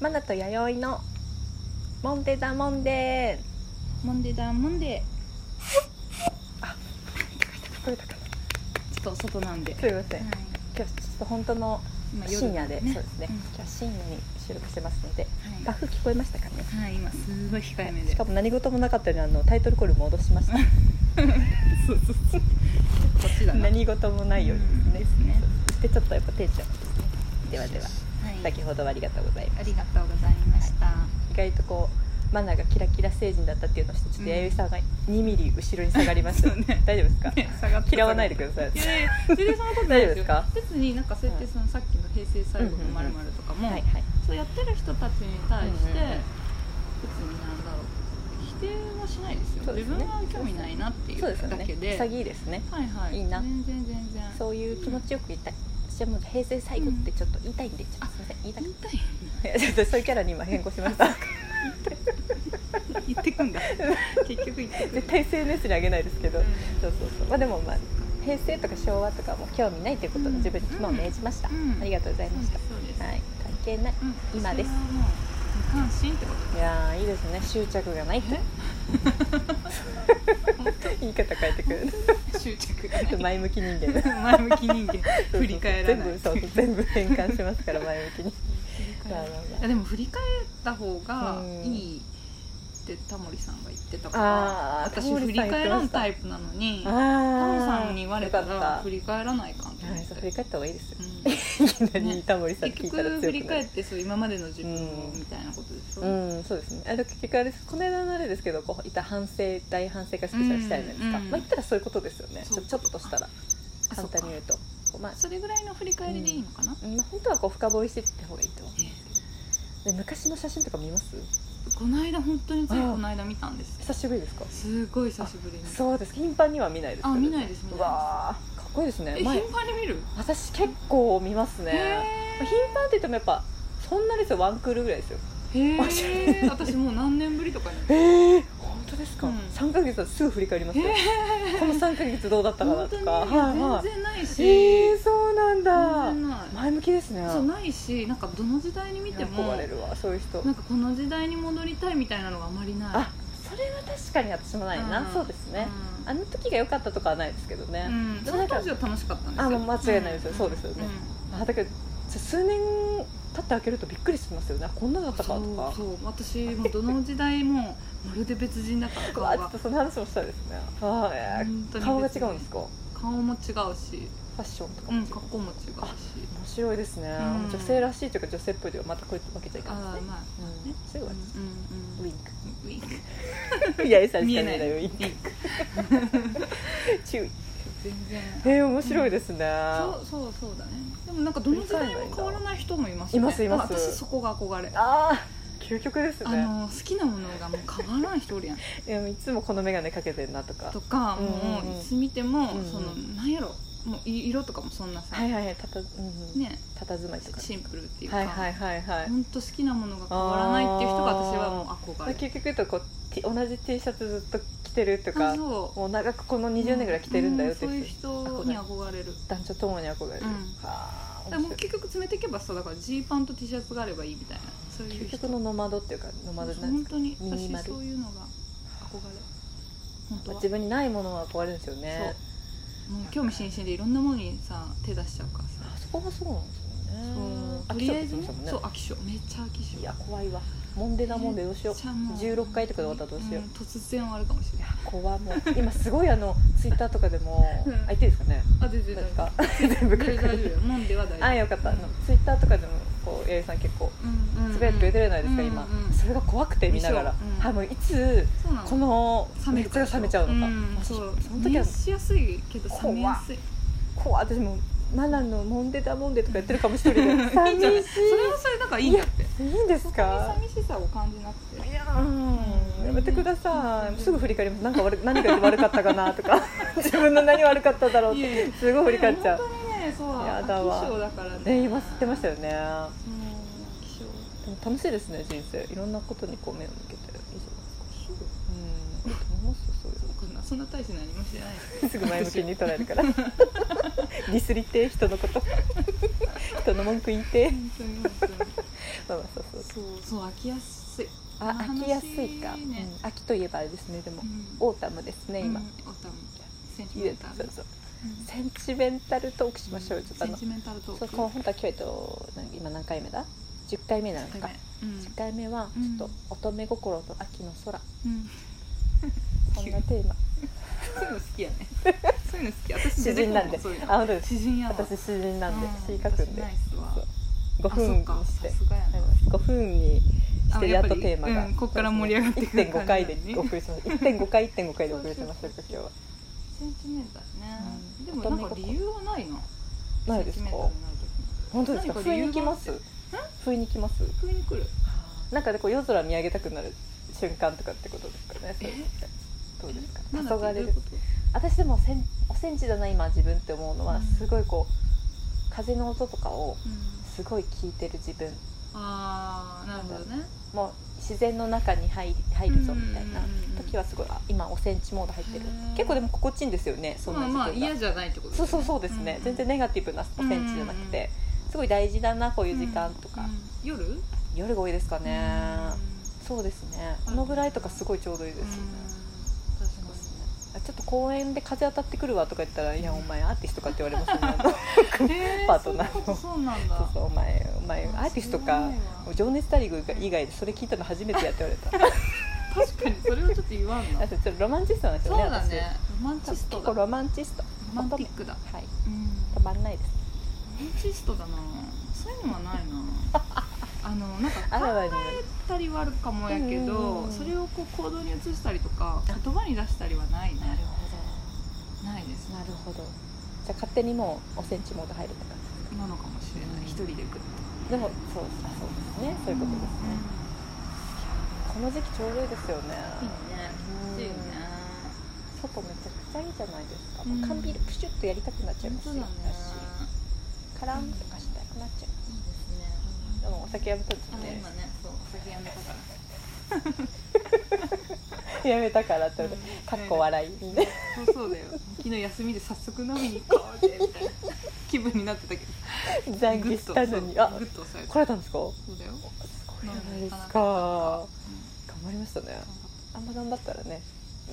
マナと弥生のモンデダモンデモンデーだモンデ取れたかなーちょっと外なんで、すいません今日ちょっと本当の今夜深夜で、そうですね、うん今日は深夜に収録してますのでバはフ聞こえましたかねい、はい、今すごい控えめでしかも何事もなかったようにあのタイトルコール戻しましたそうそうそうこっちだな何事もないようにですね,、うんですねでちょっとやっぱテンションですねではでは、はい、先ほどはありがとうございますありがとうございました、意外とこうマナがキラキラ星人だったっていうのをしてちょっと弥生さんが2ミリ後ろに下がりました、そうね大丈夫ですか、 ね、下がって嫌わないでくださいいやいや全然そんなことないですよ大丈夫別になんかそうやってそのさっきの平成最後のまるとかも、はいはいそうやってる人たちに対して、うんうんうん別になんだろう否定はしないですよそうですね自分は興味ないなっていうそうですよだけねで潔いですねはいはいいいな全然全然そういう気持ちよく言いたい私はもう平成最後ってちょっと言いたいんで、ちょっとすいません言いたく言いて たいいやちょっとそういうキャラに今変更しました言ってく んだ結局言ってくん絶だ対 SNS にあげないですけど、うんそうそうそうまあでもまあ平成とか昭和とかはもう興味ないということを自分に肝を銘じました、うんうんありがとうございました、そうですそうですはい関係ない、うん今ですそれはもう無関心ってこいやーいいですね執着がないって 言い方変えてくると執着がない前向き 人間前向き人間振り返らないそうそう全部そう全部変換しますから前向きに振り返らないまあまあまあいやでも振り返った方がうんいいってタモリさんが言ってたかあーら私タモ振リりさん言ってました返らんタイプなのにタモあリさんに言われたよらか振っり返らないかんとた思はっい、てそう振り返った方がいいですよう、んいきなりタモ リさん聞結いたら強くな局振るり返ってそう今までの自分をうんみたいなことでしょ、うん、そうですねあの結局あれですこの間のあれですけどこういた反省大反省会スペシャルしたじゃないですか、うんうんまあ言ったらそういうことですよねちそょうちょっとしたらあ簡単にそ言ううとこうまあかそれぐらいの振り返りでいいのかな、うんまあ、本当はこう深掘りしていった方がいいと思えうで昔の写真とか見ますえこの間本当についあーこの間見たんです久しぶりですかすごい久しぶりにそうです頻繁には見ないですけどあ見ないです見ないうですわーかっこいいですねえ頻前繁に見る私結構見ますね、へまあ頻繁って言ってもやっぱそんなですよワンクールぐらいですよ え面白い私もう何年ぶりとかにええ本当ですか、うん3ヶ月はすぐ振り返りますよ、この3ヶ月どうだったかな本と当にかはいはい全然ないし、えー、そうなんだ全然ない前向きですねそうないしなんかどの時代に見ても憧れるわそういう人なんかこの時代に戻りたいみたいなのがあまりないあそれは確かに私もないな、んそうですね、うんあの時が良かったとかはないですけどね、うん、でそもなんのか当時は楽しかったんですよあもう間違いないですよそうですよねあだけど数年経って開けるとびっくりしますよねあこんなだったかとかそうそう私もどの時代もまるで別人だからう顔わちょっがとその話もしたいですねあー本当に顔が違うんですかフ顔も違うし、ァッションとかうも違う、ん、格好も違うし面白いですね、うん女性らしいというか女性っぽいというかまたこういうわけじゃいかあないあですねまあうんそれうはんうんウィうんンクウィンクいや、餌見しえかなないいだよ、ウィンク。注意。全然えー、面白いですね。そうそうそうだねでもなんかどの時代も変わらない人もいますいよねますいますあ私そこが憧れあああ、究極ですね。の好きなものがもう変わらん人おるやんいやいつもこの眼鏡かけてんなとかと。かうんもうんうんういつ見ても、うんうんそのなんやろもうい色とかもそんなさ、はいはいはい、たた、うん、ねたたずまいとか。シンプルっていうか、はいはいはいはい。本当好きなものが変わらないっていう人が私はもう憧まあれ結局言うと、こう、T- 同じ T シャツずっと着てるとあか。そうもう長くこの20年ぐらい着てるんだよってうやつ。そういう人に憧れる男女ともに憧れる。うんはあだから面も白い。う結局詰めていけばさだからジーパンと T シャツがあればいいみたいなそういう究人極のノマドっていうか、ノマドなんです本当にミニ私マルそういうのが憧れ本か当は自分にないものは壊れるんですよね。そうもう興味津々でいろんなものにさ手出しちゃうからさあそこがそうなんですよねそう飽ときちりゃうあっえてず言ってましねたもんねそう飽き性めっちゃ飽き性いや怖いわもんでなもんでどうしようめっちゃもう16回とかで終わったらどうしようん突然終わるかもしれない怖もう今すごいあのツイッターとかでもうん相手ですかねあ全然な大ん丈か 全部夫書全然かれて大丈夫るよ もんでは大丈夫あよかったあのツイッターとかでもこう八重さん結構うんうんつぶやいてくれてるじゃないですかうん今うんうんそれが怖くて見ながらでしょうんはいもういつそうなのこの冷めめっるちゃか冷めちゃうのかんマジそうその時は熱しやすいけど冷めやすい怖い私もうマナのもんでだもんでとかやってるかも一人で寂しいじゃない それはそれだからいいんだっていいんですそこかに寂しさを感じなくていやーうんやめてください、すぐ振り返りますなんか悪何が悪かったかなと か自分の何悪かっただろうっいえいてえすごい振り返っちゃ本う、当にねそうやだわ飽き性だからね、今吸ってましたよねでそう飽き性も楽しいですね人生いろんなことにこう目を向けて以上そううんいいと思いますよそういうそうかなそんな大して何もしてないのすぐ前向きに捉える からディスりてえ人のこと人の文句言いてえ本当に本当にそうそうそうそうそう飽きやすい、あこ飽の話きやすいか、ねうん秋といえばあれですねでも、うんオータムですね今、うん、オタムセンチいいメでンすタルそううんそうセンチメンタルトークしましょうよちょっとセあンのチメンタルトそーうクこの本当は今日えっと何今何回目だ10回目なの一か回目うん10回目はちょっと乙女心と秋の空、うんこんなテー マそういうの好 きやねそういうの好き私詩人なんで出てこいもそういうの あ本当です詩人やわ私詩人なんで詩書くんで私ナイスわそうあ5分そっかにしてさすがやな5分にしあてややっぱっりとテーマが、うんこっから盛り上がってくる1.5回で感じだねお送りします1.5回1.5回でお送りしました今日はセンチメンタルね、うんでもなんか理由はないなないですかセンチメンタルになる時本当ですか何か不理意由に来ますがあっ不意に来ます急に来るなんかでこう夜空見上げたくなる瞬間とかってことですかねそれってどうですかなんだっ黄け昏どうるいうこと私でもセンおセンチだな今自分って思うのうはんすごいこう風の音とかをうんすごい聞いてる自分ああなるほどねもう自然の中に入り入るぞみたいなうんうんうんうん時はすごいあ今おセンチモード入ってるへー結構でも心地いいんですよねそんなまあ自まあ分が嫌じゃないってことそうそうそうですね、全然ねネガティブなおセンチじゃなくて、すごい大事だなこういう時間とか、夜夜が多いですかね、うんそうですねこのぐらいとかすごいちょうどいいです、うん確かあちょっと公園で風当たってくるわとか言ったら「いやお前アーティストか」って言われますね にへ ーパートナーのそういうことそうなんだそうそうお前お前アーティストか「情熱大陸」以外でそれ聞いたの初めてやって言われ た確かにそれはちょっと言わん なあとちょっとロマンチストなんですそようねだねロマン私チスト結だ構ロロマンチストマンティックだはいうんたまんないですロマンチストだなそういうのは ないなあのなんかあらわにたりはあるかもやけうんうんうどんそれをこう行動に移したりとか言葉に出したりはないねほないですねなるほどじゃあ勝手にもうおセンチモード入るって感じなのかもしれない一人でグッとでもそうあそうですねそういうことですね、この時期ちょうどいいですよね、うんいいね暑いね外めちゃくちゃいいじゃないですか、うん缶ビールプシュッとやりたくなっちゃい本ます当よだねカランとかしたくなっちゃう、いいですねでもお酒やめたんですあのね今ねそうお酒やめたからやめたからって、かっこ笑いみんなそうそうだよ昨日休みで早速飲みに行こうぜみた いな気分になってたけど懺悔したのにグッとあそうグッと抑えた来られたんですかすそうだよごいじゃないですか頑うんうん張りましたねあんま頑張ったらね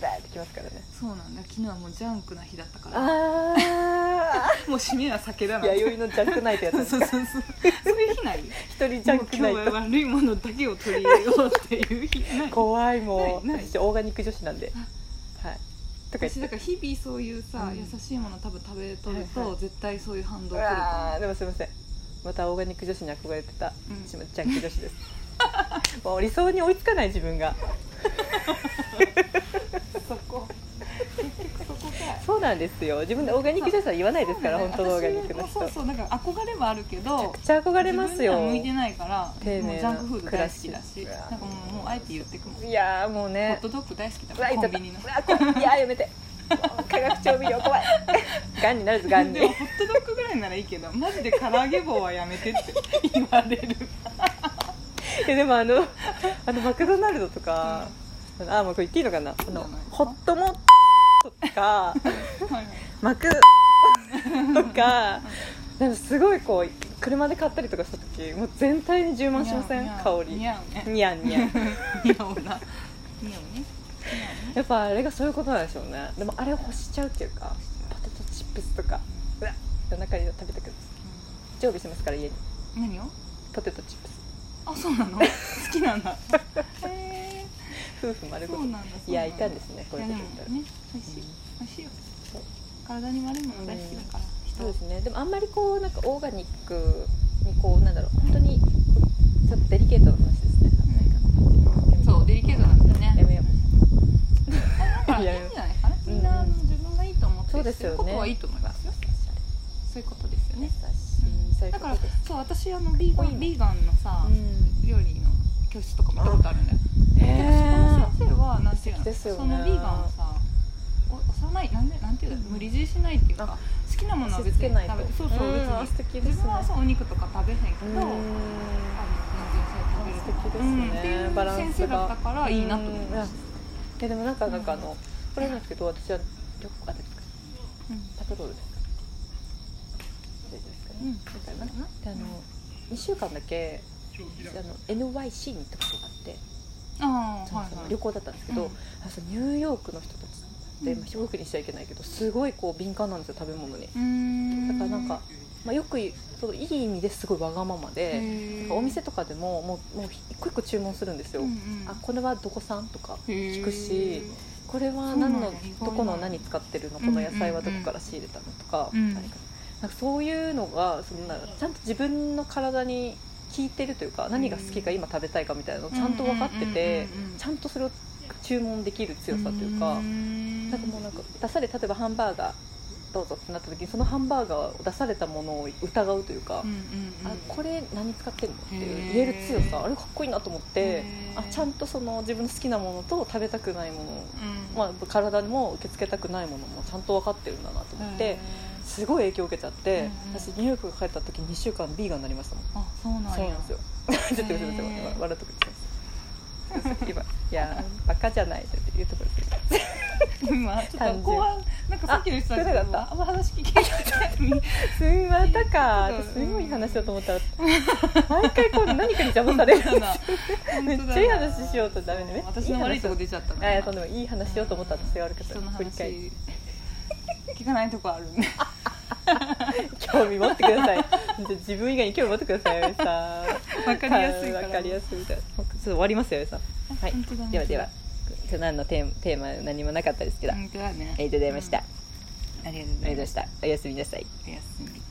ダーってきますからねそうなんだ昨日はもうジャンクな日だったからああもう締めは酒だな弥生のジャンクナイトやったんそうですそうかそうそういう日ない一人ジャンクナイもうト今日は悪いものだけを取り入れようっていう日ない怖いもうないない私オーガニック女子なんではいとか言私だってから日々そういうさ、うん優しいもの多分食べとると、はいはい絶対そういう反動う来るわかーでもすいませんまたオーガニック女子に憧れてた、うんジャンク女子です もう理想に追いつかない自分がらそこ結局そこかそうなんですよ自分でオーガニック女子は言わないですから、本当のオーガニックのの人そうそうなんか憧れはあるけどめっちゃ憧れますよ自分には向いてないから丁寧なもうジャンクフード大好きだ暮しらしなんかもうもうあえて言ってくもん、いやーもうホねットドッグ大好きだうわもん痛かコンったビニのうわこいやーやめてもう化学調味料 怖いがんになるぞがんにでもホットドッグぐらいならいいけどマジで唐揚げ棒はやめ てって言われるいやでもあのあのマクドナルドとか、あもうこれ言っていいのかなあのいいんじゃないホットモットとかはいはいマクとかなんかすごいこう車で買ったりとかした時もう全体に充満しません似合香うり似合うねにゃんにゃん似合うな似合うねやっぱあれがそういうことなんでしょうねでもあれを欲しちゃうっていうかポテトチップスとかうわっ夜中に食べたくなる常備してますから家に何をポテトチップスあそう なの好きなんだへ夫婦丸えごそうとなんだいやいたんですすねいこういやうでこもと言ねったら、美味しい美味しいよそう体に悪いもの大好きだから人そうですねでもあんまりこうなんかオーガニックにこうなんだろう本当にちょっとデリケートな話ですねそうデリケートなんだよねやめようだからいいんじゃないかなみんなあの自分がいいと思ってそうですよねることはいいと思いますよそういうことですよねそういうだこかとらですそう私あのビーガ多いンのビーガンのさうん料理の教室とかも行ったことあるんだよへ先生はなんていう素敵の、ですよねそのビーガンをさお幼いなんでなんていうの無理強いしないっていうあか好きなものは押別しに付けないと食べてそうそう別うんに素敵ですね自分はさお肉とか食べへんけえどあのなんていうのそういうの食べる素とか敵ですねうんっていうバランスが先生だったからいいなと思いましでもなんかなんかあのこれなんですけど私は旅あれですかたうんパトロールですか大丈夫ですかねうんみたいなであの2週間だけあの NYC に行ったことがあってああそうはいそうはい旅行だったんですけど、うんあそうニューヨークの人たちって、うんまあ、表現にしちゃいけないけどすごいこう敏感なんですよ食べ物に、うーんだからなんか、まあ、よくそのいい意味ですごいわがままで、なんかお店とかでももうもう一個一個注文するんですよ、あこれはどこ産とか聞聞くしこれはそうな何んだのどこの意外だ何使ってるのこの野菜はどこから仕入れたのとか,、うん何かなんかそういうのがそのなんかちゃんと自分の体に効いてるというか何が好きか今食べたいかみたいなのをちゃんと分かっててうんうんうんうんちゃんとそれを注文できる強さというかなんかもうなんか出され例えばハンバーガーどうぞってなった時にそのハンバーガーを出されたものを疑うというか。あこれ何使ってんのっていう言える強さへーあれかっこいいなと思っへてーあちゃんとその自分の好きなものと食べたくないものうんまあ、体にも受け付けたくないものもちゃんと分かってるんだなと思って、すごい影響を受けちゃって、うんうん私ニューヨーク帰った時2週間ビーガンになりましたもん、あそうなんやそうなんですよ ちょっと待って待って待って笑っとくです今 「いやーバカじゃない」って言うとこです 今ちょっと後半なんかさっきの人たちあ少なかったあんま話聞けなかったのにすみまたかうん私すごい話しようと思ったら毎回こう何かに邪魔されるめっちゃいい話しようとダメねめっちゃいい話 私の悪いとこ出ちゃったなえー、とんでもいい話しようと思ったら私が悪かった人の振り返り話聞かないとこあるね興味持ってくださ い自分以外に興味持ってくださいよさんわかりやすいかわらかりやすいみたいなちょっと終わりますよ、さん。はい 本当だ。ねではでは、今日何のテーマテーマ何もなかったですけど、あ本当だねりがとうございました。あうんありがとうござりいがとうございままししたた。おやすみなさい。おやすみ